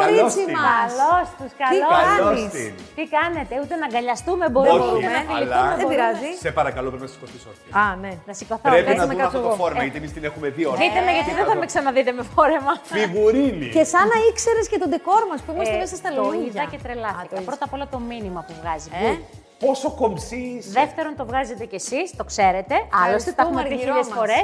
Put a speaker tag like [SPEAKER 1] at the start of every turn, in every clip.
[SPEAKER 1] Κορίτσι
[SPEAKER 2] την.
[SPEAKER 1] μας.
[SPEAKER 3] Καλώς τους, καλώ
[SPEAKER 2] Καλώς
[SPEAKER 1] κάνεις.
[SPEAKER 2] την.
[SPEAKER 3] Τι κάνετε, ούτε να αγκαλιαστούμε
[SPEAKER 2] Όχι,
[SPEAKER 3] μπορούμε.
[SPEAKER 1] μπορούμε,
[SPEAKER 3] να
[SPEAKER 2] αλλά-
[SPEAKER 3] φιληθούμε,
[SPEAKER 1] Δεν
[SPEAKER 3] μπορούμε.
[SPEAKER 1] πειράζει.
[SPEAKER 2] Σε παρακαλώ, πρέπει να σηκωθεί όρθια.
[SPEAKER 1] Α, ναι.
[SPEAKER 3] Να σηκωθώ.
[SPEAKER 2] Πρέπει να
[SPEAKER 3] πες με. Ε,
[SPEAKER 2] δούμε
[SPEAKER 1] κάτσω
[SPEAKER 2] αυτό το
[SPEAKER 1] εγώ. Ε,
[SPEAKER 2] φόρμα, γιατί εμείς την έχουμε δύο ώρα.
[SPEAKER 3] Δείτε με, γιατί δεν θα με ξαναδείτε με φόρεμα.
[SPEAKER 2] Φιγουρίνη.
[SPEAKER 1] Και σαν να ήξερες και τον ντεκόρ μας που είμαστε
[SPEAKER 3] Ε,
[SPEAKER 1] μέσα στα
[SPEAKER 3] Το
[SPEAKER 1] λουλούδια.
[SPEAKER 3] είδα και
[SPEAKER 1] Α, το
[SPEAKER 3] τρελάθηκα.
[SPEAKER 1] είδες.
[SPEAKER 3] Πρώτα απ' όλα το μήνυμα που βγάζει.
[SPEAKER 1] Ε.
[SPEAKER 2] Πόσο κομψής είσαι.
[SPEAKER 3] Δεύτερον, το βγάζετε κι εσείς, το ξέρετε. Άλλωστε, τα έχουμε πει
[SPEAKER 1] Αργυρό
[SPEAKER 3] χίλιες
[SPEAKER 1] μας.
[SPEAKER 3] φορές.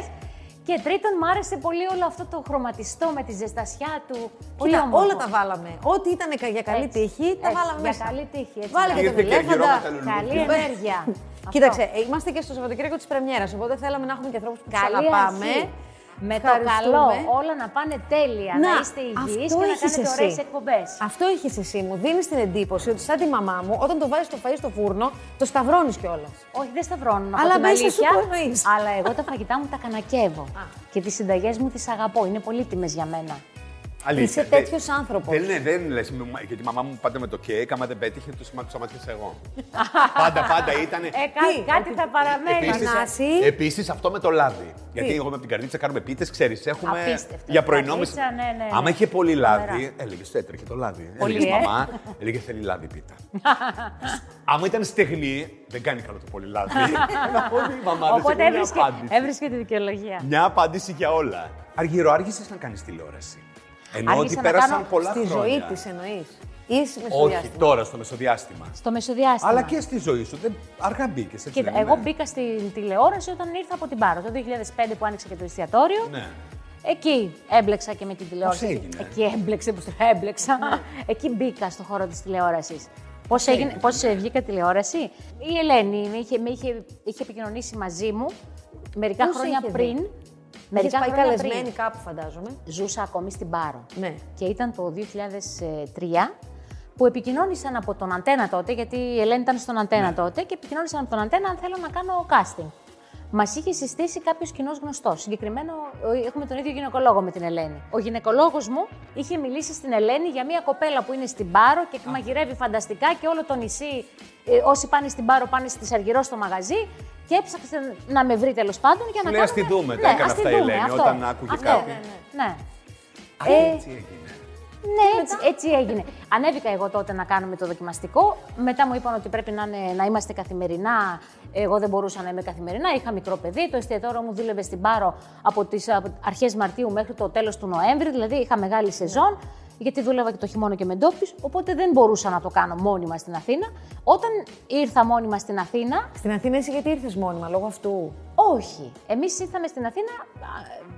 [SPEAKER 3] Και τρίτον, μου άρεσε πολύ όλο αυτό το χρωματιστό με τη ζεστασιά του. Πολύ
[SPEAKER 1] Κοίτα,
[SPEAKER 3] όμορφο.
[SPEAKER 1] όλα τα βάλαμε. Ό,τι ήταν κα- για καλή
[SPEAKER 3] Έτσι,
[SPEAKER 1] τύχη, τα
[SPEAKER 3] έτσι,
[SPEAKER 1] βάλαμε
[SPEAKER 3] για
[SPEAKER 1] μέσα.
[SPEAKER 3] καλή τύχη, έτσι,
[SPEAKER 1] Βάλε
[SPEAKER 3] μπράβο.
[SPEAKER 1] και τον
[SPEAKER 2] Ήρθε και γυρό
[SPEAKER 1] ελέφαντα.
[SPEAKER 2] με τα λουλούδια.
[SPEAKER 3] Καλή ενέργεια. Αυτό.
[SPEAKER 1] Κοίταξε, ε, είμαστε και στο Σαββατοκύριακο της Πρεμιέρας, οπότε θέλαμε να έχουμε και ανθρώπους που
[SPEAKER 3] Καλή
[SPEAKER 1] ξαναπάμε.
[SPEAKER 3] αρχή. Με το
[SPEAKER 1] Ευχαριστούμε.
[SPEAKER 3] καλό, όλα να πάνε τέλεια, να,
[SPEAKER 1] Να,
[SPEAKER 3] είστε υγιείς
[SPEAKER 1] αυτό
[SPEAKER 3] και να
[SPEAKER 1] έχεις
[SPEAKER 3] κάνετε
[SPEAKER 1] εσύ.
[SPEAKER 3] ωραίες εκπομπές.
[SPEAKER 1] Αυτό έχει εσύ μου. Δίνεις την εντύπωση ότι σαν τη μαμά μου, όταν το βάζεις το φαΐ στο φούρνο, το σταυρώνεις κιόλας.
[SPEAKER 3] Όχι, δεν σταυρώνω. να πω
[SPEAKER 1] Αλλά
[SPEAKER 3] την
[SPEAKER 1] μέσα σου
[SPEAKER 3] αλήθεια,
[SPEAKER 1] το εννοείς.
[SPEAKER 3] Αλλά εγώ τα φαγητά μου τα κανακεύω. και τις συνταγές μου τις αγαπώ. Είναι πολύτιμε για μένα.
[SPEAKER 2] Αλήθεια,
[SPEAKER 1] Είσαι
[SPEAKER 2] δεν-
[SPEAKER 1] τέτοιος άνθρωπος.
[SPEAKER 2] Δεν, ναι, δεν λε. Γιατί η μαμά μου πάντα με το κέικ, άμα δεν πέτυχε, του σταμάτησα εγώ. πάντα, πάντα ήταν.
[SPEAKER 3] Ε, κά-
[SPEAKER 1] Τι,
[SPEAKER 3] κάτι θα παραμένει.
[SPEAKER 1] Θανάση.
[SPEAKER 2] επίσης, αυτό με το λάδι. Γιατί εγώ με την καρδίτσα κάνουμε πίτες, ξέρεις, έχουμε.
[SPEAKER 3] Απίστευτο.
[SPEAKER 2] Για πρωινόμιση.
[SPEAKER 3] Καρδίτσα, ναι, ναι, ναι.
[SPEAKER 2] Άμα είχε πολύ λάδι,
[SPEAKER 3] Τρομερά.
[SPEAKER 2] έλεγε έτρεχε το λάδι.
[SPEAKER 3] Πολύ,
[SPEAKER 2] Έλεγε
[SPEAKER 3] ε.
[SPEAKER 2] μαμά, έλεγε θέλει λάδι πίτα. Άμα ήταν στεγνή, δεν κάνει καλό το πολύ λάδι. Να πω ότι η μαμά δεν
[SPEAKER 3] Οπότε
[SPEAKER 2] είχε μια
[SPEAKER 3] έβρισκε,
[SPEAKER 2] απάντηση.
[SPEAKER 3] έβρισκε τη δικαιολογία.
[SPEAKER 2] Μια απάντηση για όλα. Αργυρό, άρχισες να κάνεις τηλεόραση. Ενώ
[SPEAKER 3] Άρχισα
[SPEAKER 2] ότι
[SPEAKER 3] να
[SPEAKER 2] πέρασαν
[SPEAKER 3] κάνω
[SPEAKER 2] πολλά
[SPEAKER 1] Στη
[SPEAKER 2] χρόνια.
[SPEAKER 1] ζωή της εννοείς. Ή στη
[SPEAKER 2] Όχι
[SPEAKER 1] μεσοδιάστημα.
[SPEAKER 2] τώρα, στο μεσοδιάστημα.
[SPEAKER 3] Στο μεσοδιάστημα.
[SPEAKER 2] Αλλά και στη ζωή σου. Δεν... Αργά μπήκες. Έτσι
[SPEAKER 3] Κοίτα,
[SPEAKER 2] λένε,
[SPEAKER 3] εγώ
[SPEAKER 2] ναι.
[SPEAKER 3] μπήκα στην τηλεόραση όταν ήρθα από την Πάρο. Το 2005 που άνοιξε και το εστιατόριο.
[SPEAKER 2] Ναι.
[SPEAKER 3] Εκεί έμπλεξα και με την τηλεόραση.
[SPEAKER 2] Πώς έγινε?
[SPEAKER 3] Εκεί έμπλεξε, πώς το έμπλεξα. Εκεί μπήκα στον χώρο της τηλεόρασης. Πώς έγινε, πώς ε, βγήκα τηλεόραση. Η Ελένη με είχε, με είχε, είχε επικοινωνήσει μαζί μου μερικά
[SPEAKER 1] Πού σε
[SPEAKER 3] χρόνια
[SPEAKER 1] είχε δει?
[SPEAKER 3] πριν.
[SPEAKER 1] Έχεις
[SPEAKER 3] Μερικά
[SPEAKER 1] πάει
[SPEAKER 3] χρόνια
[SPEAKER 1] καλεσμένη
[SPEAKER 3] πριν.
[SPEAKER 1] κάπου, φαντάζομαι.
[SPEAKER 3] Ζούσα ακόμη στην Πάρο.
[SPEAKER 1] Ναι.
[SPEAKER 3] Και ήταν το 2003 που επικοινώνησαν από τον Αντένα τότε, γιατί η Ελένη ήταν στον Αντένα τότε, και επικοινώνησαν από τον Αντένα αν θέλω να κάνω casting. Μας είχε συστήσει κάποιος κοινός γνωστός. Συγκεκριμένο, ο- έχουμε τον ίδιο γυναικολόγο με την Ελένη. Ο γυναικολόγος μου είχε μιλήσει στην Ελένη για μια κοπέλα που είναι στην Πάρο και μαγειρεύει φανταστικά και όλο το νησί. ε, όσοι πάνε στην Πάρο πάνε στη Αργυρός στο μαγαζί. Και έψαξε να με βρει τέλος πάντων για να
[SPEAKER 2] Λέει, «Ας τη
[SPEAKER 3] κάνουμε-
[SPEAKER 2] δούμε», τα έκανε
[SPEAKER 3] Ναι, ας τη
[SPEAKER 2] αυτά η
[SPEAKER 3] δούμε,
[SPEAKER 2] Ελένη,
[SPEAKER 3] αυτό.
[SPEAKER 2] όταν άκουγε
[SPEAKER 3] Αυτό.
[SPEAKER 2] κάτι.
[SPEAKER 3] ναι.
[SPEAKER 2] Α,
[SPEAKER 3] Ε,
[SPEAKER 2] έτσι έγινε.
[SPEAKER 3] Ναι, έτσι, έτσι έγινε. Ανέβηκα εγώ τότε να κάνουμε το δοκιμαστικό. Μετά μου είπαν ότι πρέπει να, είναι, να είμαστε καθημερινά. Εγώ δεν μπορούσα να είμαι καθημερινά. Είχα μικρό παιδί. Το εστιατόριο μου δούλευε στην Πάρο από τις αρχές Μαρτίου μέχρι το τέλος του Νοέμβρη. Δηλαδή είχα μεγάλη σεζόν. Γιατί δούλευα και το χειμώνα και με ντόπιους. Οπότε δεν μπορούσα να το κάνω μόνιμα στην Αθήνα. Όταν ήρθα μόνιμα στην Αθήνα,
[SPEAKER 1] Στην Αθήνα εσύ γιατί ήρθες μόνιμα, λόγω αυτού.
[SPEAKER 3] όχι. Εμείς ήρθαμε στην Αθήνα α,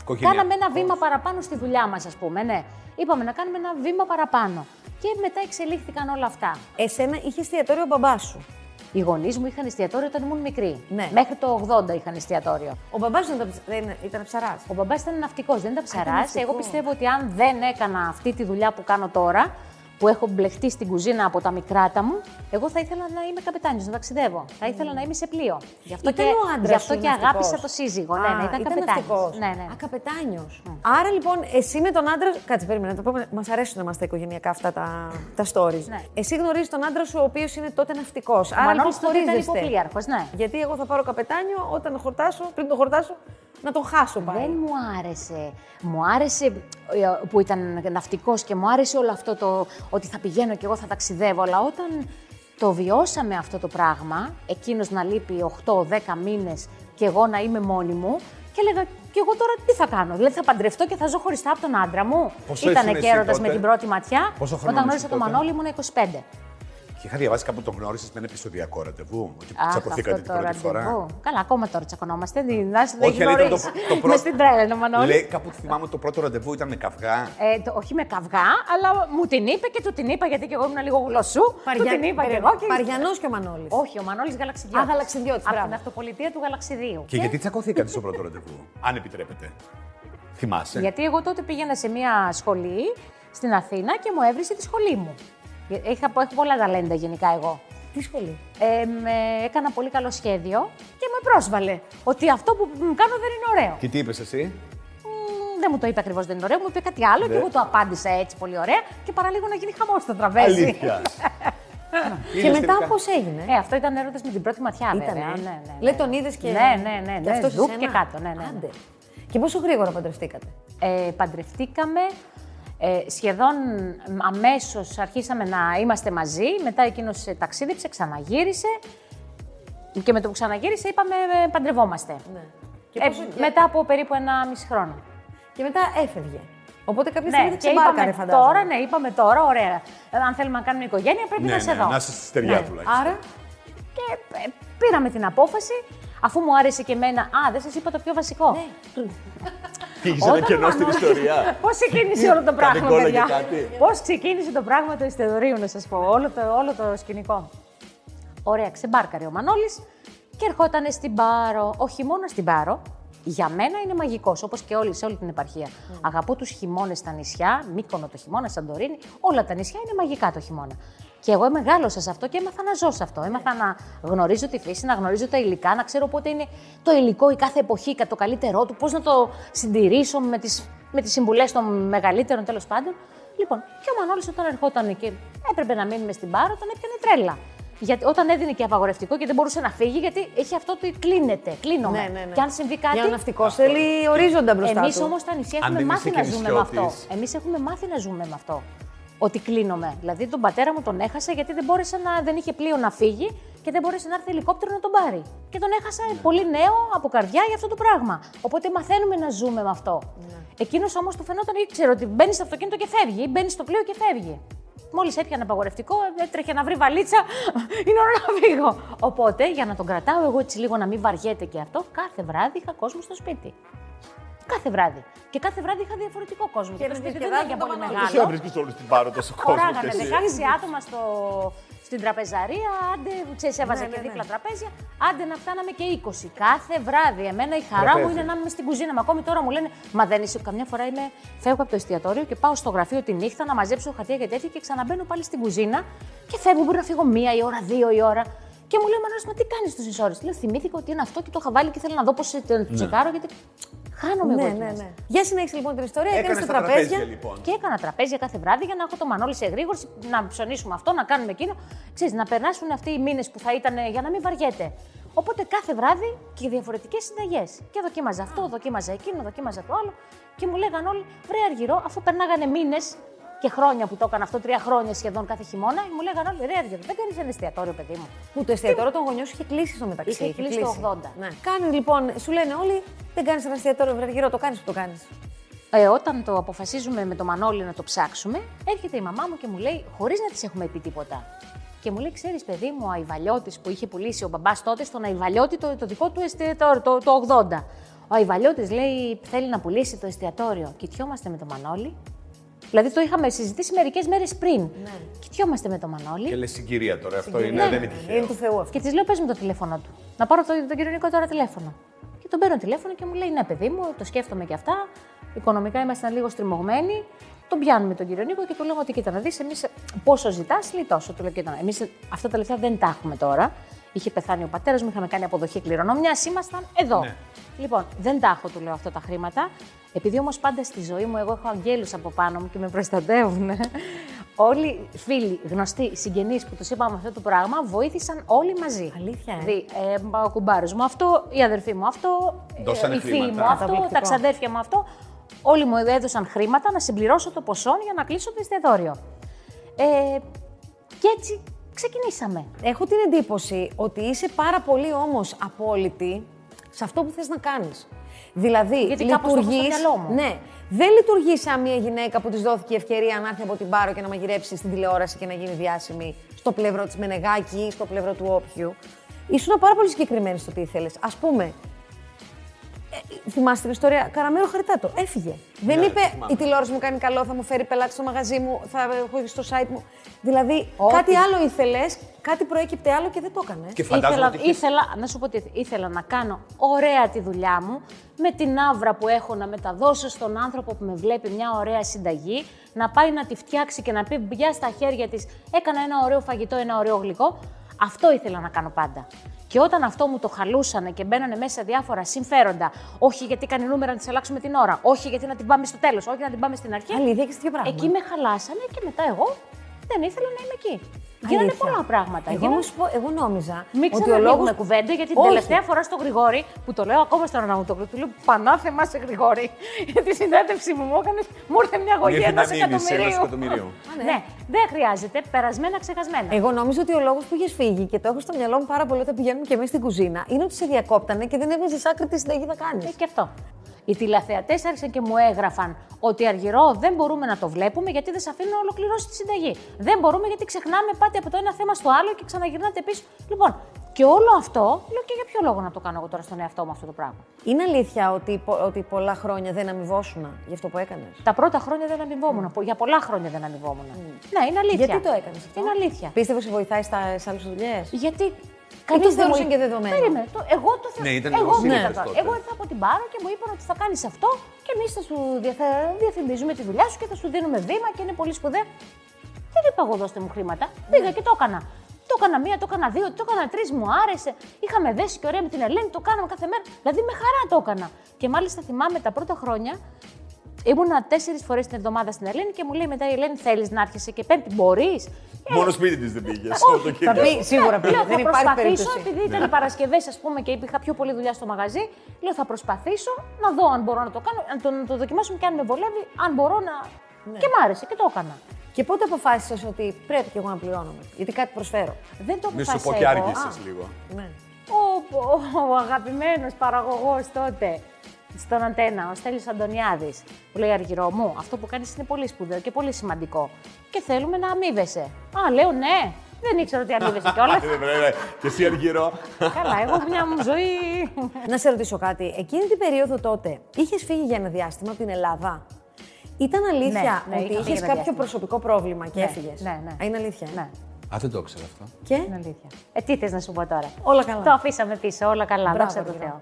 [SPEAKER 2] Οικογένεια.
[SPEAKER 3] Κάναμε ένα βήμα παραπάνω στη δουλειά μας, ας πούμε, ναι. Είπαμε να κάνουμε ένα βήμα παραπάνω. Και μετά εξελίχθηκαν όλα αυτά.
[SPEAKER 1] Εσένα είχες εστιατόριο ο μπαμπάς σου.
[SPEAKER 3] Οι γονείς μου είχαν εστιατόριο όταν ήμουν μικρή.
[SPEAKER 1] Ναι.
[SPEAKER 3] Μέχρι το 80 είχαν εστιατόριο.
[SPEAKER 1] Ο μπαμπάς σου ήταν, δεν ήταν ψαράς.
[SPEAKER 3] Ο μπαμπάς ήταν ναυτικός, δεν ήταν ψαράς.
[SPEAKER 1] ναυτικός.
[SPEAKER 3] Εγώ πιστεύω ότι αν δεν έκανα αυτή τη δουλειά που κάνω τώρα, που έχω μπλεχτεί στην κουζίνα από τα μικράτα μου, εγώ θα ήθελα να είμαι καπετάνιος, να ταξιδεύω. Θα ήθελα να είμαι σε πλοίο. Γι' αυτό
[SPEAKER 1] Ήταν
[SPEAKER 3] και,
[SPEAKER 1] ο άντρας
[SPEAKER 3] γι' αυτό
[SPEAKER 1] σου
[SPEAKER 3] και
[SPEAKER 1] ναυτικός.
[SPEAKER 3] αγάπησα το σύζυγο. ναι, ναι, ήταν, καπετάνιος. Ναι, ναι.
[SPEAKER 1] Ακαπετάνιο. Άρα λοιπόν, εσύ με τον άντρα. Κάτσε, περίμενα. Το πούμε. Μας αρέσουν να είμαστε οικογενειακά αυτά τα, τα stories.
[SPEAKER 3] Ναι.
[SPEAKER 1] Εσύ γνωρίζεις τον άντρα σου, ο οποίος είναι τότε ναυτικός.
[SPEAKER 3] Ο
[SPEAKER 1] Άρα λοιπόν
[SPEAKER 3] Μανώλης τότε ήταν
[SPEAKER 1] χωρίζεστε.
[SPEAKER 3] υποπλοίαρχος, ναι.
[SPEAKER 1] Γιατί εγώ θα πάρω καπετάνιο όταν χορτάσω, πριν τον χορτάσω, να τον χάσω πάλι.
[SPEAKER 3] Δεν μου άρεσε. Μου άρεσε ε, που ήταν ναυτικός και μου άρεσε όλο αυτό το ότι θα πηγαίνω και εγώ θα ταξιδεύω. Αλλά όταν το βιώσαμε αυτό το πράγμα, εκείνος να λείπει 8-10 μήνες και εγώ να είμαι μόνη μου, και έλεγα και εγώ τώρα τι θα κάνω. Δηλαδή θα παντρευτώ και θα ζω χωριστά από τον άντρα μου.
[SPEAKER 2] Πόσο
[SPEAKER 3] Ήτανε
[SPEAKER 2] ήσουν εσύ
[SPEAKER 3] καίροντας
[SPEAKER 2] τότε?
[SPEAKER 3] με την πρώτη ματιά.
[SPEAKER 2] Πόσο χρονών
[SPEAKER 3] Όταν γνώρισα
[SPEAKER 2] ήσουν
[SPEAKER 3] τον
[SPEAKER 2] τότε?
[SPEAKER 3] Μανώλη ήμουν 25.
[SPEAKER 2] Και είχα διαβάσει κάπου τον γνώρισες με ένα επεισοδιακό ραντεβού. Ότι
[SPEAKER 3] Αχ,
[SPEAKER 2] τσακωθήκατε την
[SPEAKER 3] αυτό
[SPEAKER 2] πρώτη
[SPEAKER 3] το ραντεβού.
[SPEAKER 2] φορά.
[SPEAKER 3] Καλά, ακόμα τώρα τσακωνόμαστε. Δεν δεν
[SPEAKER 2] Όχι, αλλά ήταν το,
[SPEAKER 3] γνωρίζει.
[SPEAKER 2] το πρώτο.
[SPEAKER 3] Μες στην τρέλα είναι ο Μανώλης.
[SPEAKER 2] Λέει, κάπου θυμάμαι το πρώτο ραντεβού ήταν με καυγά.
[SPEAKER 3] Ε, το, όχι με καυγά, αλλά μου την είπε και του την είπα γιατί και εγώ ήμουν λίγο γλωσσού. Του την είπα και εγώ. Και...
[SPEAKER 1] Παριανό και ο Μανώλης.
[SPEAKER 3] Όχι, ο Μανώλης Γαλαξιδιώτης.
[SPEAKER 1] Α, Γαλαξιδιώτης,
[SPEAKER 3] Από
[SPEAKER 1] μπράβο.
[SPEAKER 3] την αυτοπολιτεία του Γαλαξιδίου.
[SPEAKER 2] Και γιατί τσακωθήκατε στο πρώτο ραντεβού, αν επιτρέπετε. Θυμάσαι.
[SPEAKER 3] Γιατί εγώ τότε πήγαινα σε μια σχολή στην Αθήνα και μου έβρισε τη σχολή μου. Είχα, έχω πολλά ταλέντα γενικά εγώ.
[SPEAKER 1] Τι σχολή.
[SPEAKER 3] Ε, με- έκανα πολύ καλό σχέδιο και μου πρόσβαλε ότι αυτό που μ, κάνω δεν είναι ωραίο.
[SPEAKER 2] Και τι είπες εσύ.
[SPEAKER 3] Μ, Δεν μου το είπε ακριβώς δεν είναι ωραίο, μου είπε κάτι άλλο
[SPEAKER 2] Ναι.
[SPEAKER 3] και εγώ το απάντησα έτσι πολύ ωραία και παραλίγο να γίνει χαμός στο τραπέζι.
[SPEAKER 2] Αλήθεια.
[SPEAKER 1] και
[SPEAKER 2] Είδες
[SPEAKER 1] μετά
[SPEAKER 2] τελικά.
[SPEAKER 1] πώς έγινε.
[SPEAKER 3] Ε, αυτό ήταν έρωτας με την πρώτη ματιά,
[SPEAKER 1] Ήτανε,
[SPEAKER 3] βέβαια.
[SPEAKER 1] ε.
[SPEAKER 3] Ναι, ναι, ναι.
[SPEAKER 1] Λέει, τον είδες και-
[SPEAKER 3] Ναι, ναι, ναι.
[SPEAKER 1] και
[SPEAKER 3] ναι.
[SPEAKER 1] αυτός σε
[SPEAKER 3] Ζουπ
[SPEAKER 1] σένα.
[SPEAKER 3] και κάτω. Ναι, ναι, ναι.
[SPEAKER 1] Άντε. Και πόσο γρήγορα παντρευτήκατε.
[SPEAKER 3] Ε, παντρευτήκαμε Ε, σχεδόν αμέσως αρχίσαμε να είμαστε μαζί, μετά εκείνος ε, ταξίδιψε, ξαναγύρισε και με το που ξαναγύρισε είπαμε ε, παντρευόμαστε.
[SPEAKER 1] Ναι. Και,
[SPEAKER 3] Ε,
[SPEAKER 1] πώς- και-
[SPEAKER 3] μετά από περίπου ένα μισή χρόνο.
[SPEAKER 1] και μετά έφευγε. Οπότε κάποια
[SPEAKER 3] Ναι,
[SPEAKER 1] στιγμή δεν
[SPEAKER 3] και
[SPEAKER 1] ξεμπάρκαρε,
[SPEAKER 3] είπαμε
[SPEAKER 1] φαντάζομαι.
[SPEAKER 3] τώρα, ναι, είπαμε τώρα, ωραία. Ε, Αν θέλουμε να κάνουμε οικογένεια, πρέπει
[SPEAKER 2] Ναι,
[SPEAKER 3] να σε
[SPEAKER 2] ναι,
[SPEAKER 3] δω.
[SPEAKER 2] να είσαι στη στεριά τουλάχιστον.
[SPEAKER 1] Άρα,
[SPEAKER 3] Και ε, πήραμε την απόφαση, αφού μου άρεσε και εμένα. Α, δεν σας είπα το πιο βασικό.
[SPEAKER 1] Ναι.
[SPEAKER 2] Πήγε ένα
[SPEAKER 3] Όταν
[SPEAKER 2] κενός
[SPEAKER 3] ο
[SPEAKER 2] στην
[SPEAKER 3] Μανώλης-
[SPEAKER 2] ιστορία.
[SPEAKER 3] Πώς ξεκίνησε όλο το πράγμα,
[SPEAKER 2] κόλλα και
[SPEAKER 3] παιδιά.
[SPEAKER 2] κάτι.
[SPEAKER 3] Πώς ξεκίνησε το πράγμα του Ιστεδωρίου, να σας πω. Όλο το, όλο το σκηνικό. Ωραία, ξεμπάρκαρε ο Μανώλης και ερχόταν στην Πάρο. Ο χειμώνα στην Πάρο για μένα είναι μαγικός, όπως και όλοι σε όλη την επαρχία. Αγαπώ τους χειμώνες στα νησιά, Μύκονο το χειμώνα, Σαντορίνη. Όλα τα νησιά είναι μαγικά το χειμώνα. Και εγώ μεγάλωσα σε αυτό και έμαθα να ζω σε αυτό. Έμαθα να γνωρίζω τη φύση, να γνωρίζω τα υλικά, να ξέρω πότε είναι το υλικό η κάθε εποχή, κα- το καλύτερό του, πώς να το συντηρήσω με τις με τις συμβουλές των μεγαλύτερων τέλος πάντων. Λοιπόν, και ο Μανώλης όταν ερχόταν και έπρεπε να μείνουμε στην Πάρο, τον έπιανε τρέλα. Γιατί όταν έδινε και απαγορευτικό και δεν μπορούσε να φύγει, γιατί έχει αυτό ότι κλείνεται. Κλείνομαι.
[SPEAKER 1] ναι, ναι, ναι.
[SPEAKER 3] Και αν συμβεί κάτι.
[SPEAKER 1] Για ο ναυτικό θέλει ορίζοντα μπροστά
[SPEAKER 3] Εμείς
[SPEAKER 1] του.
[SPEAKER 3] όμως τα νησιά
[SPEAKER 2] Αν
[SPEAKER 3] έχουμε
[SPEAKER 2] δεν
[SPEAKER 3] μάθει
[SPEAKER 2] είσαι
[SPEAKER 3] να
[SPEAKER 2] και
[SPEAKER 3] ζούμε με αυτό.
[SPEAKER 2] νησιώτης.
[SPEAKER 3] Εμείς έχουμε μάθει να ζούμε με αυτό. Ότι κλείνομαι. Δηλαδή τον πατέρα μου τον έχασα γιατί δεν, μπόρεσε να, δεν είχε πλοίο να φύγει και δεν μπόρεσε να έρθει ελικόπτερο να τον πάρει. Και τον έχασα
[SPEAKER 2] Ναι.
[SPEAKER 3] πολύ νέο από καρδιά για αυτό το πράγμα. Οπότε μαθαίνουμε να ζούμε με αυτό.
[SPEAKER 2] Ναι.
[SPEAKER 3] Εκείνος όμως του φαινόταν ήξερε ότι μπαίνει στο αυτοκίνητο και φεύγει, μπαίνει στο πλοίο και φεύγει. Μόλις έπιανε απαγορευτικό, έτρεχε να βρει βαλίτσα. Είναι ώρα να φύγω. Οπότε για να τον κρατάω εγώ έτσι λίγο να μην βαριέται και αυτό, κάθε βράδυ είχα κόσμο στο σπίτι. Κάθε βράδυ. Και κάθε βράδυ είχα διαφορετικό κόσμο. Και το σπίτι δεν ήταν για πολύ
[SPEAKER 2] Ποιο να
[SPEAKER 3] μεγάλο.
[SPEAKER 2] βρίσκει όλου την πάρο τόσο κόσμο.
[SPEAKER 3] Χωράγανε 16 άτομα στο, στην τραπεζαρία, άντε, ξέρεις, έβαζα
[SPEAKER 1] Ναι,
[SPEAKER 3] και
[SPEAKER 1] ναι, ναι.
[SPEAKER 3] δίπλα τραπέζια, άντε να φτάναμε και 20. Κάθε βράδυ. Εμένα η χαρά μου
[SPEAKER 2] Τραπέζι.
[SPEAKER 3] είναι να είμαι στην κουζίνα. Μα ακόμη τώρα μου λένε, Μα δεν είσαι. Καμιά φορά είμαι, φεύγω από το εστιατόριο και πάω στο γραφείο τη νύχτα να μαζέψω χαρτιά και τέτοια και ξαναμπαίνω πάλι στην κουζίνα και φεύγω. Μπορεί να φύγω μία η ώρα, δύο η ώρα. Και μου λέει ο Μανώλης, μα τι κάνεις τόσε ώρε. Λέω, θυμήθηκα ότι είναι αυτό και το είχα βάλει και θέλω να δω πώς το
[SPEAKER 2] Ναι.
[SPEAKER 3] τσεκάρω, γιατί χάνομαι
[SPEAKER 1] Ναι,
[SPEAKER 3] εγώ εκεί
[SPEAKER 1] ναι,
[SPEAKER 3] μέσα.
[SPEAKER 1] ναι. Για συνέχισε λοιπόν την ιστορία, έκανε
[SPEAKER 2] Έκανες
[SPEAKER 1] τα
[SPEAKER 2] τα τραπέζια
[SPEAKER 1] τραπέζια.
[SPEAKER 2] λοιπόν.
[SPEAKER 3] Και έκανα τραπέζια κάθε βράδυ για να έχω το μανόλι σε εγρήγορση, να ψωνίσουμε αυτό, να κάνουμε εκείνο. Ξέρεις, να περάσουν αυτοί οι μήνες που θα ήταν ε, για να μην βαριέται. Οπότε κάθε βράδυ και διαφορετικές συνταγές. Και δοκίμαζα αυτό, δοκίμαζα εκείνο, δοκίμαζα το άλλο. Και μου λέγαν όλοι, βρε αργυρό, αφού περνάγανε μήνες και χρόνια που το έκανα αυτό, τρία χρόνια σχεδόν κάθε χειμώνα, μου λέγαν όλοι, ρε αργυρό, δεν κάνεις ένα εστιατόριο, παιδί μου.
[SPEAKER 1] Που το εστιατόριο των γονιών σου είχε κλείσει στο μεταξύ.
[SPEAKER 3] Είχε κλείσει το 80.
[SPEAKER 1] Ναι. Κάνει λοιπόν, σου λένε όλοι, δεν κάνεις ένα εστιατόριο βρε γύρω, το κάνεις που το κάνεις.
[SPEAKER 3] Ε, όταν το αποφασίζουμε με το Μανώλη να το ψάξουμε, έρχεται η μαμά μου και μου λέει, χωρίς να της έχουμε πει τίποτα. Και μου λέει, ξέρεις, παιδί μου, ο Αϊβαλιώτης που είχε πουλήσει ο μπαμπάς τότε στον Αϊβαλιώτη το, το δικό του εστιατόριο, το, το 80. Ο Αϊβαλιώτης λέει, θέλει να πουλήσει το εστιατόριο. Κοιτιόμαστε με το Μανώλη. Δηλαδή το είχαμε συζητήσει μερικές μέρες πριν. Κοιτιόμαστε με το Μανώλη.
[SPEAKER 2] Και λες συγκυρία τώρα, αυτό
[SPEAKER 1] Συγκυρία. Ναι,
[SPEAKER 2] είναι, δεν είναι
[SPEAKER 1] Είναι
[SPEAKER 2] τυχαίο.
[SPEAKER 1] του Θεού αυτό.
[SPEAKER 3] Και της λέω: Πες μου το τηλέφωνο του. Να πάρω το, τον κοινωνικό τώρα τηλέφωνο. Και τον παίρνω τηλέφωνο και μου λέει: Ναι, παιδί μου, το σκέφτομαι και αυτά. Οικονομικά ήμασταν λίγο στριμωγμένοι. Τον πιάνουμε τον κοινωνικό και του λέμε: Ότι κοίτα, να δεις, εμείς πόσο ζητάς, λέει τόσο. Του λέω: Κοίτα, εμείς αυτά τα λεφτά δεν τα έχουμε τώρα. Είχε πεθάνει ο πατέρας μου, είχαμε κάνει αποδοχή κληρονομιάς, ήμασταν εδώ. Λοιπόν, δεν τα έχω, του λέω αυτά τα χρήματα. Επειδή όμως πάντα στη ζωή μου εγώ έχω αγγέλους από πάνω μου και με προστατεύουν. Όλοι φίλοι, γνωστοί, συγγενείς που τους είπαμε αυτό το πράγμα βοήθησαν όλοι μαζί.
[SPEAKER 1] Αλήθεια, ε.
[SPEAKER 3] Δηλαδή, ε, ο κουμπάρος μου αυτό, η αδερφή μου αυτό, ε,
[SPEAKER 2] Δώσανε
[SPEAKER 3] η θεία μου
[SPEAKER 2] χρήματα.
[SPEAKER 3] αυτό, τα
[SPEAKER 1] Καταπληκτικό.
[SPEAKER 3] ξαδέρφια μου αυτό. Όλοι μου έδωσαν χρήματα να συμπληρώσω το ποσό για να κλείσω το εστιατόριο. Ε, και έτσι ξεκινήσαμε.
[SPEAKER 1] Έχω την εντύπωση ότι είσαι πάρα πολύ όμως απόλυτη σε αυτό που θες να κάνεις. Δηλαδή,
[SPEAKER 3] Γιατί κάπως το έχω στο
[SPEAKER 1] λειτουργείς.
[SPEAKER 3] μυαλό μου.
[SPEAKER 1] Ναι, δεν λειτουργείς σαν μια γυναίκα που της δόθηκε η ευκαιρία να έρθει από την πάρο και να μαγειρέψεις στην τηλεόραση και να γίνει διάσημη στο πλευρό της Μενεγάκη ή στο πλευρό του όποιου. Ήσουν πάρα πολύ συγκεκριμένη στο τι ήθελες. Ας πούμε, ε, θυμάστε την ιστορία. Καραμέρο Χαριτάτο. Έφυγε. δεν
[SPEAKER 2] Ναι,
[SPEAKER 1] είπε
[SPEAKER 2] τη θυμάμαι.
[SPEAKER 1] η τηλεόραση μου κάνει καλό, θα μου φέρει πελάτη στο μαγαζί μου, θα έχω στο site μου. Δηλαδή,
[SPEAKER 3] Ό,τι.
[SPEAKER 1] κάτι άλλο ήθελες, κάτι προέκυπτε άλλο και δεν το έκανες.
[SPEAKER 2] Και φαντάζομαι
[SPEAKER 3] ήθελα,
[SPEAKER 2] ότι. είχες-
[SPEAKER 3] ήθελα, να σου πω ότι ήθελα να κάνω ωραία τη δουλειά μου με την άβρα που έχω να μεταδώσω στον άνθρωπο που με βλέπει μια ωραία συνταγή, να πάει να τη φτιάξει και να πει μπιά στα χέρια της έκανα ένα ωραίο φαγητό, ένα ωραίο γλυκό. Αυτό ήθελα να κάνω πάντα. Και όταν αυτό μου το χαλούσανε και μπαίνανε μέσα διάφορα συμφέροντα, όχι γιατί κάνει νούμερα να τη αλλάξουμε την ώρα, όχι γιατί να την πάμε στο τέλος, όχι να την πάμε στην αρχή.
[SPEAKER 1] Αλήθεια και τέτοια πράγματα.
[SPEAKER 3] Εκεί με χαλάσανε και μετά εγώ δεν ήθελα να είμαι εκεί. Γίνανε
[SPEAKER 1] Αλήθεια.
[SPEAKER 3] πολλά πράγματα.
[SPEAKER 1] Εγώ,
[SPEAKER 3] Γίνανε-
[SPEAKER 1] όμως πω- εγώ νόμιζα
[SPEAKER 3] Μην
[SPEAKER 1] ότι ο
[SPEAKER 3] ξανανοίγουμε
[SPEAKER 1] λόγος...
[SPEAKER 3] κουβέντα, γιατί την
[SPEAKER 1] Όχι.
[SPEAKER 3] τελευταία φορά στον Γρηγόρη, που το λέω ακόμα στον Αναγουτόπουλο, του λέω Πανάθεμα σε Γρηγόρη. Γιατί η συνέντευξη μου μου έκανες, μου ήρθε μια
[SPEAKER 2] Μου
[SPEAKER 3] αγωγή
[SPEAKER 2] ήρθε
[SPEAKER 3] ενό
[SPEAKER 2] ένα μήνυμα ενός
[SPEAKER 3] εκατομμυρίου.
[SPEAKER 2] εκατομμυρίου.
[SPEAKER 1] ναι. Ε,
[SPEAKER 3] ναι, δεν χρειάζεται, περασμένα, ξεχασμένα.
[SPEAKER 1] Εγώ νόμιζα ότι ο λόγος που είχες φύγει και το έχω στο μυαλό μου πάρα πολύ όταν πηγαίνουμε και εμείς στην κουζίνα είναι ότι σε διακόπτανε και δεν έβγαζε άκρη τι συνταγή να κάνεις.
[SPEAKER 3] Ε, και αυτό. Οι τηλεθεατές άρχισαν και μου έγραφαν ότι αργυρό δεν μπορούμε να το βλέπουμε γιατί δεν σε αφήνουν να ολοκληρώσει τη συνταγή. Δεν μπορούμε γιατί ξεχνάμε, πάτε από το ένα θέμα στο άλλο και ξαναγυρνάτε πίσω. Λοιπόν, και όλο αυτό λέω και για ποιο λόγο να το κάνω εγώ τώρα στον εαυτό μου αυτό το πράγμα.
[SPEAKER 1] Είναι αλήθεια ότι, πο- ότι πολλά χρόνια δεν αμοιβόσουν για αυτό που έκανες.
[SPEAKER 3] Τα πρώτα χρόνια δεν αμοιβόμουν. πο- Για πολλά χρόνια δεν αμοιβόμουν. Ναι, είναι αλήθεια.
[SPEAKER 1] Γιατί το έκανες αυτό.
[SPEAKER 3] Είναι αλήθεια.
[SPEAKER 1] Πίστευες ότι βοηθάει στα, σε άλλες δουλειές.
[SPEAKER 3] Γιατί.
[SPEAKER 1] Ε, το
[SPEAKER 3] Κανεί δεν
[SPEAKER 1] θεωρούσαν
[SPEAKER 3] μου...
[SPEAKER 1] και δεδομένο.
[SPEAKER 3] Περίμενε. Το... Εγώ το θεω-
[SPEAKER 2] Ναι, ήταν
[SPEAKER 3] εγώ,
[SPEAKER 2] λίγο
[SPEAKER 3] μου τα
[SPEAKER 2] σύνηθες
[SPEAKER 3] κάνω.
[SPEAKER 2] τότε.
[SPEAKER 3] εγώ ήρθα από την Πάρο και μου είπαν ότι θα κάνεις αυτό και εμείς θα σου δια- θα διαφημίζουμε τη δουλειά σου και θα σου δίνουμε βήμα και είναι πολύ σπουδαίο. Δεν είπα εγώ δώστε μου χρήματα.
[SPEAKER 1] Ναι.
[SPEAKER 3] Πήγα και το έκανα. Το έκανα μία, το έκανα δύο, το έκανα τρεις, μου άρεσε. Είχαμε δέσει και ωραία με την Ελένη, το κάναμε κάθε μέρα. Δηλαδή με χαρά το έκανα. Και μάλιστα θυμάμαι τα πρώτα χρόνια Ήμουνα τέσσερις φορές την εβδομάδα στην Ελένη και μου λέει μετά η Ελένη: Θέλεις να έρχεσαι και Πέμπτη, μπορείς.
[SPEAKER 2] Μόνο σπίτι της δεν πήγες.
[SPEAKER 3] Όχι,
[SPEAKER 1] Θα πει σίγουρα
[SPEAKER 3] Ε, Λέω,
[SPEAKER 1] πριν.
[SPEAKER 3] θα
[SPEAKER 1] Δεν υπάρχει
[SPEAKER 3] προσπαθήσω,
[SPEAKER 1] περίπτωση.
[SPEAKER 3] επειδή
[SPEAKER 2] Ναι.
[SPEAKER 3] ήταν οι Παρασκευές, ας πούμε, και είχα πιο πολλή δουλειά στο μαγαζί. Λέω, θα προσπαθήσω να δω αν μπορώ να το κάνω, να το, να το δοκιμάσουμε και αν με βολεύει, αν μπορώ να.
[SPEAKER 1] Ναι.
[SPEAKER 3] Και μ' άρεσε και το έκανα.
[SPEAKER 1] Και πότε αποφάσισες ότι πρέπει και εγώ να πληρώνομαι. Γιατί κάτι προσφέρω.
[SPEAKER 3] Δεν το
[SPEAKER 2] Μη
[SPEAKER 3] αποφάσισα
[SPEAKER 2] σου πω
[SPEAKER 3] εγώ.
[SPEAKER 2] και
[SPEAKER 3] Α,
[SPEAKER 2] άργησε λίγο.
[SPEAKER 1] Ναι.
[SPEAKER 3] Ο, ο, ο αγαπημένος παραγωγός τότε στον Αντένα, ο Στέλιος Αντωνιάδης, που λέει Αργυρό μου, αυτό που κάνεις είναι πολύ σπουδαίο και πολύ σημαντικό. Και θέλουμε να αμείβεσαι. Α, λέω ναι. Δεν ήξερα ότι αμείβεσαι κιόλας.
[SPEAKER 2] Ε, ναι, ναι. Και εσύ αργυρό.
[SPEAKER 3] Καλά, εγώ έχω μια μου ζωή.
[SPEAKER 1] Να σε ρωτήσω κάτι. Εκείνη την περίοδο τότε είχες φύγει για ένα διάστημα από την Ελλάδα. Ήταν αλήθεια
[SPEAKER 3] Ναι, ναι,
[SPEAKER 1] ότι
[SPEAKER 3] είχα
[SPEAKER 1] είχε
[SPEAKER 3] φύγει ένα
[SPEAKER 1] κάποιο
[SPEAKER 3] διάστημα.
[SPEAKER 1] προσωπικό πρόβλημα και
[SPEAKER 3] Ναι,
[SPEAKER 1] έφυγες.
[SPEAKER 3] ναι, ναι.
[SPEAKER 1] Είναι αλήθεια. ε?
[SPEAKER 3] ναι,
[SPEAKER 2] Α, δεν το ήξερα αυτό.
[SPEAKER 1] Και
[SPEAKER 3] είναι αλήθεια. Ε, τι θες να σου πω τώρα.
[SPEAKER 1] Όλα καλά.
[SPEAKER 3] Το αφήσαμε πίσω, όλα καλά.
[SPEAKER 1] Μπράβο,
[SPEAKER 3] δόξα τω
[SPEAKER 1] Αργυρό.
[SPEAKER 3] Θεώ.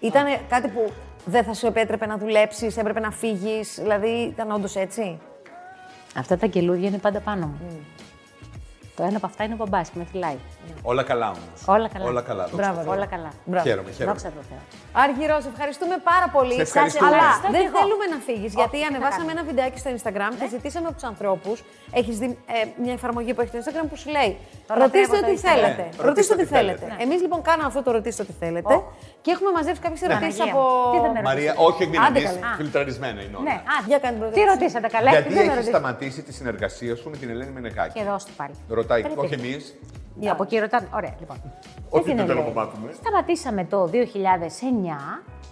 [SPEAKER 1] ήταν
[SPEAKER 3] Ναι.
[SPEAKER 1] κάτι που δεν θα σου επέτρεπε να δουλέψεις, έπρεπε να φύγεις. Δηλαδή ήταν όντως έτσι.
[SPEAKER 3] Αυτά τα κελούδια είναι πάντα πάνω μου.
[SPEAKER 1] Mm.
[SPEAKER 3] Το ένα από αυτά είναι ο μπαμπάς που με φυλάει.
[SPEAKER 2] Όλα καλά όμως.
[SPEAKER 3] Όλα καλά.
[SPEAKER 2] Όλα καλά. δόξα
[SPEAKER 1] Μπράβο,
[SPEAKER 2] τω Θεώ.
[SPEAKER 1] ρε.
[SPEAKER 3] Όλα καλά.
[SPEAKER 1] Μπράβο.
[SPEAKER 2] Χαίρομαι, χαίρομαι.
[SPEAKER 3] Δόξα τω Θεώ.
[SPEAKER 1] Άργυρο, σε ευχαριστούμε πάρα πολύ.
[SPEAKER 2] Σε ευχαριστούμε.
[SPEAKER 1] Αλλά
[SPEAKER 3] Ευχαριστώ και
[SPEAKER 1] δεν
[SPEAKER 3] εγώ.
[SPEAKER 1] θέλουμε να φύγεις, γιατί
[SPEAKER 3] τι να Ναι.
[SPEAKER 1] ανεβάσαμε
[SPEAKER 3] κάνουμε.
[SPEAKER 1] ένα βιντεάκι στο Instagram και ζητήσαμε από τους ανθρώπους. Έχεις δει ε, μια εφαρμογή που έχει στο Instagram που σου λέει
[SPEAKER 3] Το
[SPEAKER 1] Ρωτήστε
[SPEAKER 3] λατρεύω το
[SPEAKER 1] ό,τι
[SPEAKER 3] Instagram».
[SPEAKER 1] θέλετε.
[SPEAKER 2] Ναι,
[SPEAKER 1] ρωτήστε ό,τι θέλετε.
[SPEAKER 2] Ναι.
[SPEAKER 1] Εμείς λοιπόν κάναμε αυτό το ρωτήστε ό,τι θέλετε και έχουμε μαζέψει κάποιες ερωτήσει
[SPEAKER 3] Παναγία
[SPEAKER 1] από.
[SPEAKER 3] μου. Τι θα με
[SPEAKER 2] Μαρία, όχι εκ δυναμή,
[SPEAKER 1] Άντε καλά.
[SPEAKER 2] φιλτραρισμένα είναι όλα.
[SPEAKER 3] Ναι, α,
[SPEAKER 1] Για κάνει πρώτα
[SPEAKER 3] Τι
[SPEAKER 1] εσύ.
[SPEAKER 3] ρωτήσατε καλά,
[SPEAKER 2] Γιατί
[SPEAKER 3] δεν με
[SPEAKER 2] έχει
[SPEAKER 3] ρωτήσατε.
[SPEAKER 2] σταματήσει τη συνεργασία σου με την Ελένη Μενεγάκη.
[SPEAKER 3] Και δώστε πάλι.
[SPEAKER 2] Ρωτάει,
[SPEAKER 3] Πρέπει.
[SPEAKER 2] όχι εμεί.
[SPEAKER 1] Για.
[SPEAKER 3] Από εκεί ρωτάνε. Ωραία, λοιπόν. Για
[SPEAKER 2] Όχι
[SPEAKER 3] την
[SPEAKER 2] δεν θέλω
[SPEAKER 3] Ελένη.
[SPEAKER 2] να μάθουμε.
[SPEAKER 3] Σταματήσαμε το 2009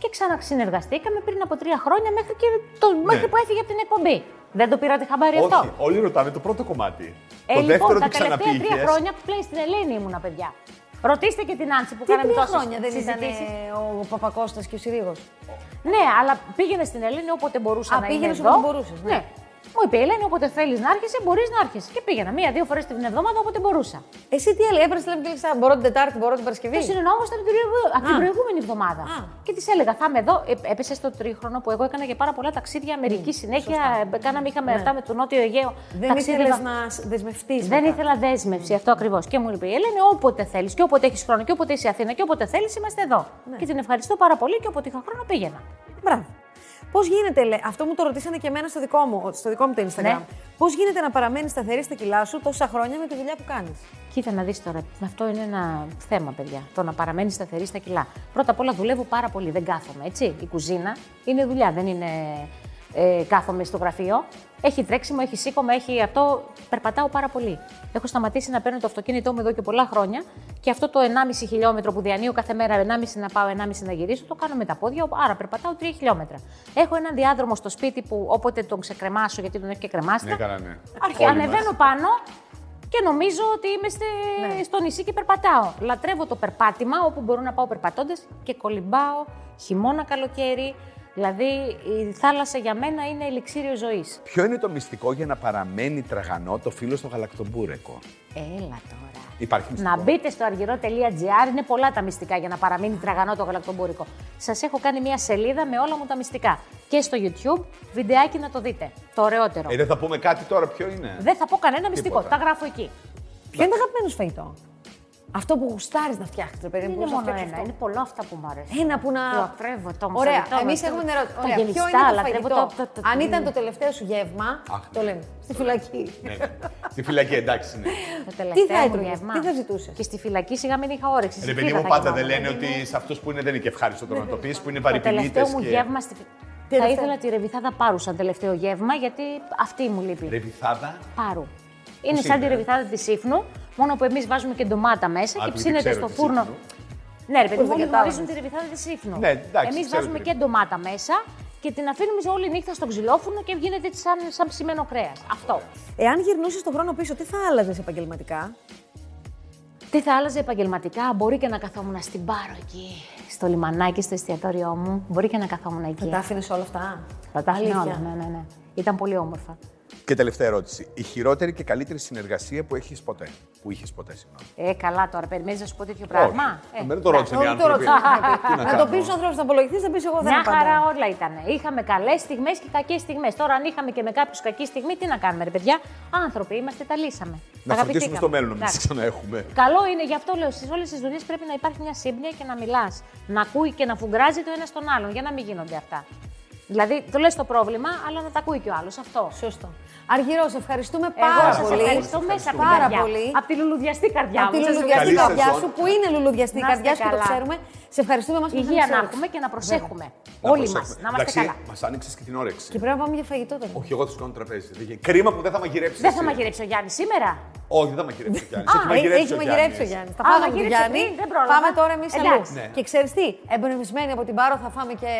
[SPEAKER 3] και ξαναξυνεργαστήκαμε πριν από τρία χρόνια μέχρι, και το, μέχρι που έφυγε από την εκπομπή. Δεν το πήρατε χαμπάρι αυτό.
[SPEAKER 2] Ναι. Όχι, όλοι ρωτάνε το πρώτο κομμάτι.
[SPEAKER 3] Ε,
[SPEAKER 2] το
[SPEAKER 3] λοιπόν,
[SPEAKER 2] δεύτερο
[SPEAKER 3] τα
[SPEAKER 2] δεν
[SPEAKER 3] τελευταία
[SPEAKER 2] ξαναπήγε.
[SPEAKER 3] τρία χρόνια που πλέον στην Ελένη ήμουνα, παιδιά. Ρωτήστε και την Άνση που
[SPEAKER 1] Τι
[SPEAKER 3] κάναμε
[SPEAKER 1] τρία
[SPEAKER 3] τόσες
[SPEAKER 1] χρόνια δεν ήταν
[SPEAKER 3] συζητήσεις.
[SPEAKER 1] ε, ο Παπακώστα και ο Συρίγος.
[SPEAKER 3] Ναι, αλλά πήγαινε στην Ελένη όποτε μπορούσα
[SPEAKER 1] Α,
[SPEAKER 3] να
[SPEAKER 1] πήγαινες
[SPEAKER 3] είμαι εδώ.
[SPEAKER 1] όποτε μπορούσες, ναι.
[SPEAKER 3] Μου είπε η Ελένη, όποτε θέλεις να άρχισε, μπορείς να άρχισε. Και πήγαινα μία-δύο φορές την εβδομάδα όποτε μπορούσα.
[SPEAKER 1] Εσύ τι έλεγες, έπρεπε να πει Μπορώ την Τετάρτη, μπορώ την Παρασκευή.
[SPEAKER 3] Το συνεννοούμαστε από την, προηγου- από την
[SPEAKER 1] Α.
[SPEAKER 3] προηγούμενη εβδομάδα.
[SPEAKER 1] Α.
[SPEAKER 3] Και της έλεγα, θα είμαι εδώ. Ε, Έπεσε στο τρίχρονο που εγώ έκανα για πάρα πολλά ταξίδια Αμερική συνέχεια. Ε, Κάναμε, είχαμε αυτά με το Νότιο Αιγαίο.
[SPEAKER 1] Ναι, Δεν
[SPEAKER 3] Ταξίδευα.
[SPEAKER 1] ήθελε να σ- δεσμευτείς.
[SPEAKER 3] Δεν ήθελα δέσμευση, αυτό ακριβώς. Και μου είπε η Ελένη, όποτε θέλεις και όποτε έχεις χρόνο και όποτε είσαι Αθήνα και όποτε θέλεις, είμαστε εδώ. Και την ευχαριστώ πάρα πολύ και όποτε είχα χρόνο πήγαινα.
[SPEAKER 1] Μπράβο. Πώς γίνεται, λέ, αυτό μου το ρωτήσανε και εμένα στο δικό μου, στο δικό μου το Instagram.
[SPEAKER 3] Ναι.
[SPEAKER 1] Πώς Πώ γίνεται να παραμένεις σταθερή στα κιλά σου τόσα χρόνια με τη δουλειά που κάνεις.
[SPEAKER 3] Κοίτα να δεις τώρα, αυτό είναι ένα θέμα, παιδιά. Το να παραμένεις σταθερή στα κιλά. Πρώτα απ' όλα δουλεύω πάρα πολύ, δεν κάθομαι, έτσι. Η κουζίνα είναι δουλειά, δεν είναι ε, κάθομαι στο γραφείο. Έχει τρέξιμο, έχει σήκωμα, έχει αυτό. Περπατάω πάρα πολύ. Έχω σταματήσει να παίρνω το αυτοκίνητό μου εδώ και πολλά χρόνια και αυτό το 1,5 χιλιόμετρο που διανύω κάθε μέρα, 1,5 να πάω, 1,5 να γυρίσω, το κάνω με τα πόδια, άρα περπατάω 3 χιλιόμετρα. Έχω έναν διάδρομο στο σπίτι που όποτε τον ξεκρεμάσω, γιατί τον έχει και κρεμάστρα,
[SPEAKER 2] Ναι, καλά, ναι.
[SPEAKER 3] Αρχι...
[SPEAKER 2] Όλοι
[SPEAKER 3] Ανεβαίνω
[SPEAKER 2] μας.
[SPEAKER 3] πάνω και νομίζω ότι είμαι στη- στο νησί και περπατάω. Λατρεύω το περπάτημα όπου μπορώ να πάω περπατώντας και κολυμπάω χειμώνα, καλοκαίρι. Δηλαδή η θάλασσα για μένα είναι ελιξίριο ζωής.
[SPEAKER 2] Ποιο είναι το μυστικό για να παραμένει τραγανό το φίλο στο γαλακτομπούρεκο.
[SPEAKER 3] Έλα τώρα.
[SPEAKER 2] Υπάρχει μυστικό.
[SPEAKER 3] Να μπείτε στο αργυρό.gr, είναι πολλά τα μυστικά για να παραμείνει τραγανό το γαλακτομπορικό. Σας έχω κάνει μια σελίδα με όλα μου τα μυστικά. Και στο YouTube, βιντεάκι να το δείτε. Το ωραιότερο.
[SPEAKER 2] Ε, δεν θα πούμε κάτι τώρα, ποιο είναι.
[SPEAKER 3] Δεν θα πω κανένα μυστικό,
[SPEAKER 2] Τίποτα.
[SPEAKER 3] τα γράφω εκεί.
[SPEAKER 1] Ποιο είναι το αγαπημένο σου φαγητό. Αυτό που γουστάρεις να φτιάξεις το παιδί
[SPEAKER 3] Δεν
[SPEAKER 1] μου.
[SPEAKER 3] είναι
[SPEAKER 1] πώς θα
[SPEAKER 3] μόνο
[SPEAKER 1] φτιάξεις
[SPEAKER 3] ένα,
[SPEAKER 1] αυτό.
[SPEAKER 3] είναι πολλά αυτά που μου αρέσουν.
[SPEAKER 1] Ένα που να.
[SPEAKER 3] Λατρεύω το
[SPEAKER 1] Ωραία,
[SPEAKER 3] μοσχαριτό,
[SPEAKER 1] εμεί
[SPEAKER 3] λατρεύω
[SPEAKER 1] έχουμε ένα ερώτημα.
[SPEAKER 3] τα
[SPEAKER 1] Ωραία, ποιο
[SPEAKER 3] γυριστά,
[SPEAKER 1] είναι το
[SPEAKER 3] λατρεύω
[SPEAKER 1] φαγητό.
[SPEAKER 3] το- το- το-
[SPEAKER 1] Αν ήταν το τελευταίο σου γεύμα.
[SPEAKER 2] Αχ,
[SPEAKER 1] το
[SPEAKER 2] ναι.
[SPEAKER 1] λέμε. Στη φυλακή.
[SPEAKER 2] Ναι, ναι. Στη φυλακή, εντάξει. Ναι.
[SPEAKER 3] Το τελευταίο
[SPEAKER 1] θα
[SPEAKER 3] μου
[SPEAKER 1] έτρωγες,
[SPEAKER 3] γεύμα.
[SPEAKER 1] τι θα ζητούσες?
[SPEAKER 3] Και στη φυλακή σιγά μην είχα όρεξη. στη
[SPEAKER 2] Ρε παιδί
[SPEAKER 3] φίδα
[SPEAKER 2] μου,
[SPEAKER 3] θα
[SPEAKER 2] πάντα
[SPEAKER 3] κοιμάμαι.
[SPEAKER 2] δεν λένε ότι σε αυτούς που είναι δεν είναι και ευχάριστο το να το πεις, που είναι
[SPEAKER 3] Το τελευταίο
[SPEAKER 2] βαρυπηλίτε.
[SPEAKER 3] μου
[SPEAKER 2] Και...
[SPEAKER 3] γεύμα στη φυλακή. Θα
[SPEAKER 1] Τελευταίο.
[SPEAKER 3] ήθελα τη ρεβιθάδα πάρου σαν τελευταίο γεύμα, γιατί αυτή μου λείπει.
[SPEAKER 2] Ρεβιθάδα.
[SPEAKER 3] Πάρου. Είναι
[SPEAKER 2] Πώς
[SPEAKER 3] σαν
[SPEAKER 2] είναι,
[SPEAKER 3] τη
[SPEAKER 2] ε?
[SPEAKER 3] ρεβιθάδα της ύφνου, μόνο που εμείς βάζουμε και ντομάτα μέσα
[SPEAKER 2] Α,
[SPEAKER 3] και
[SPEAKER 2] τη
[SPEAKER 3] ψήνεται
[SPEAKER 2] ξέρω
[SPEAKER 3] στο
[SPEAKER 2] τη
[SPEAKER 3] φούρνο.
[SPEAKER 2] ύφνου.
[SPEAKER 3] Ναι, ρε παιδί
[SPEAKER 1] Πώς
[SPEAKER 3] μου,
[SPEAKER 1] δεν
[SPEAKER 3] όλοι
[SPEAKER 1] κατάλαβα.
[SPEAKER 3] γνωρίζουν τη ρεβιθάδα τη ύφνου.
[SPEAKER 2] Ναι, εντάξει,
[SPEAKER 3] Εμείς
[SPEAKER 2] ξέρω
[SPEAKER 3] βάζουμε
[SPEAKER 2] τη
[SPEAKER 3] και
[SPEAKER 2] ρεβιθάδα.
[SPEAKER 3] ντομάτα μέσα και την αφήνουμε όλη νύχτα στο ξυλόφούρνο και βγαίνεται σαν, σαν ψημένο κρέας. Αυτό.
[SPEAKER 1] Εάν γυρνούσες τον χρόνο πίσω, τι θα άλλαζες επαγγελματικά.
[SPEAKER 3] Τι θα άλλαζε επαγγελματικά, μπορεί και να καθόμουν στην πάρο εκεί, στο λιμανάκι, στο εστιατόριό μου. Μπορεί και να καθόμουν εκεί.
[SPEAKER 1] Θα τα άφηνες όλα αυτά.
[SPEAKER 3] Θα τα
[SPEAKER 1] Αλήθεια.
[SPEAKER 3] άφηνα όλα, ναι, ναι, ναι. Ήταν πολύ όμορφα.
[SPEAKER 2] Και τελευταία ερώτηση. Η χειρότερη και καλύτερη συνεργασία που έχεις ποτέ. Που είχες ποτέ, συγγνώμη.
[SPEAKER 3] Ε, καλά τώρα, περιμένεις να σου πω τέτοιο πράγμα.
[SPEAKER 2] Όχι.
[SPEAKER 3] Ε,
[SPEAKER 2] Δεν το ρώτησαν οι
[SPEAKER 1] Όχι, το
[SPEAKER 2] άνθρωποι.
[SPEAKER 1] ρωτάω, τι να πει.
[SPEAKER 2] Τι να
[SPEAKER 1] Να το
[SPEAKER 2] κάνω.
[SPEAKER 1] πεις στου ανθρώπου να απολογηθεί, δεν πεις εγώ δεν
[SPEAKER 3] Μια χαρά
[SPEAKER 1] απαντάω.
[SPEAKER 3] όλα ήταν. Είχαμε καλές στιγμές και κακές στιγμές. Τώρα, αν είχαμε και με κάποιους κακή στιγμή, τι να κάνουμε, ρε παιδιά. Άνθρωποι είμαστε, τα λύσαμε.
[SPEAKER 2] Να φροντίσουμε
[SPEAKER 3] Αγαπηθήκαμε.
[SPEAKER 2] στο μέλλον να μην
[SPEAKER 3] Εντάξει.
[SPEAKER 2] τις ξαναέχουμε.
[SPEAKER 3] Καλό είναι, γι' αυτό λέω, στις όλες τις δουλειές πρέπει να υπάρχει μια σύμπνοια και να μιλάς. Να ακούει και να φουγκράζει το ένας τον άλλον, για να μην γίνονται αυτά. Δηλαδή, το λες το πρόβλημα, αλλά να τα ακούει και ο άλλος. Αυτό.
[SPEAKER 1] Σωστό. Αργυρό, ευχαριστούμε
[SPEAKER 3] Εγώ
[SPEAKER 1] πάρα
[SPEAKER 3] σας
[SPEAKER 1] πολύ.
[SPEAKER 3] ευχαριστώ μέσα από την
[SPEAKER 1] Πάρα
[SPEAKER 3] καρδιά.
[SPEAKER 1] πολύ.
[SPEAKER 3] Από τη λουλουδιαστή καρδιά
[SPEAKER 1] Από
[SPEAKER 3] μου.
[SPEAKER 1] τη
[SPEAKER 3] Σας
[SPEAKER 1] λουλουδιαστή
[SPEAKER 2] Καλή
[SPEAKER 3] ευχαριστώ.
[SPEAKER 1] καρδιά
[SPEAKER 2] σεζόν.
[SPEAKER 1] σου, που είναι λουλουδιαστή
[SPEAKER 3] Να είστε
[SPEAKER 1] καρδιά σου και το
[SPEAKER 3] καλά.
[SPEAKER 1] ξέρουμε. Σε ευχαριστούμε μας που
[SPEAKER 3] Υγεία να έχουμε και να προσέχουμε. Όλοι μας. Να είμαστε καλά.
[SPEAKER 2] Μας άνοιξες και την όρεξη.
[SPEAKER 1] Και πρέπει να πάμε για φαγητό τώρα.
[SPEAKER 2] Όχι, εγώ θα σου κάνω τραπέζι. Δεν γίνεται. Κρίμα που δεν θα μαγειρέψεις.
[SPEAKER 3] Δεν θα μαγειρέψει ο Γιάννης σήμερα.
[SPEAKER 2] Όχι, δεν θα μαγειρέψει ο Γιάννης.
[SPEAKER 1] Α, έχει μαγειρέψει ο Γιάννη. Θα
[SPEAKER 3] Α,
[SPEAKER 1] πάμε με τον
[SPEAKER 3] μαγείρεψε
[SPEAKER 1] Γιάννη.
[SPEAKER 3] πριν, δεν πρόλαβα.
[SPEAKER 1] Πάμε τώρα εμείς αλλού.
[SPEAKER 3] Εντάξει.
[SPEAKER 2] Ναι.
[SPEAKER 1] Και ξέρεις τι, εμπνευσμένοι από την Πάρο θα φάμε και.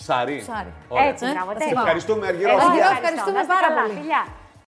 [SPEAKER 2] Ψάρι.
[SPEAKER 1] Ψάρι.
[SPEAKER 2] Ωραία.
[SPEAKER 3] Έτσι, μπράβο.
[SPEAKER 1] Ε,
[SPEAKER 3] τέλεια.
[SPEAKER 1] ευχαριστούμε.
[SPEAKER 2] Ευχαριστούμε, Αργυρό.
[SPEAKER 1] Αργυρό,
[SPEAKER 3] Εγώ
[SPEAKER 1] ευχαριστούμε
[SPEAKER 3] Να είστε
[SPEAKER 1] πάρα
[SPEAKER 3] καλά.
[SPEAKER 1] πολύ.
[SPEAKER 3] Φιλιά.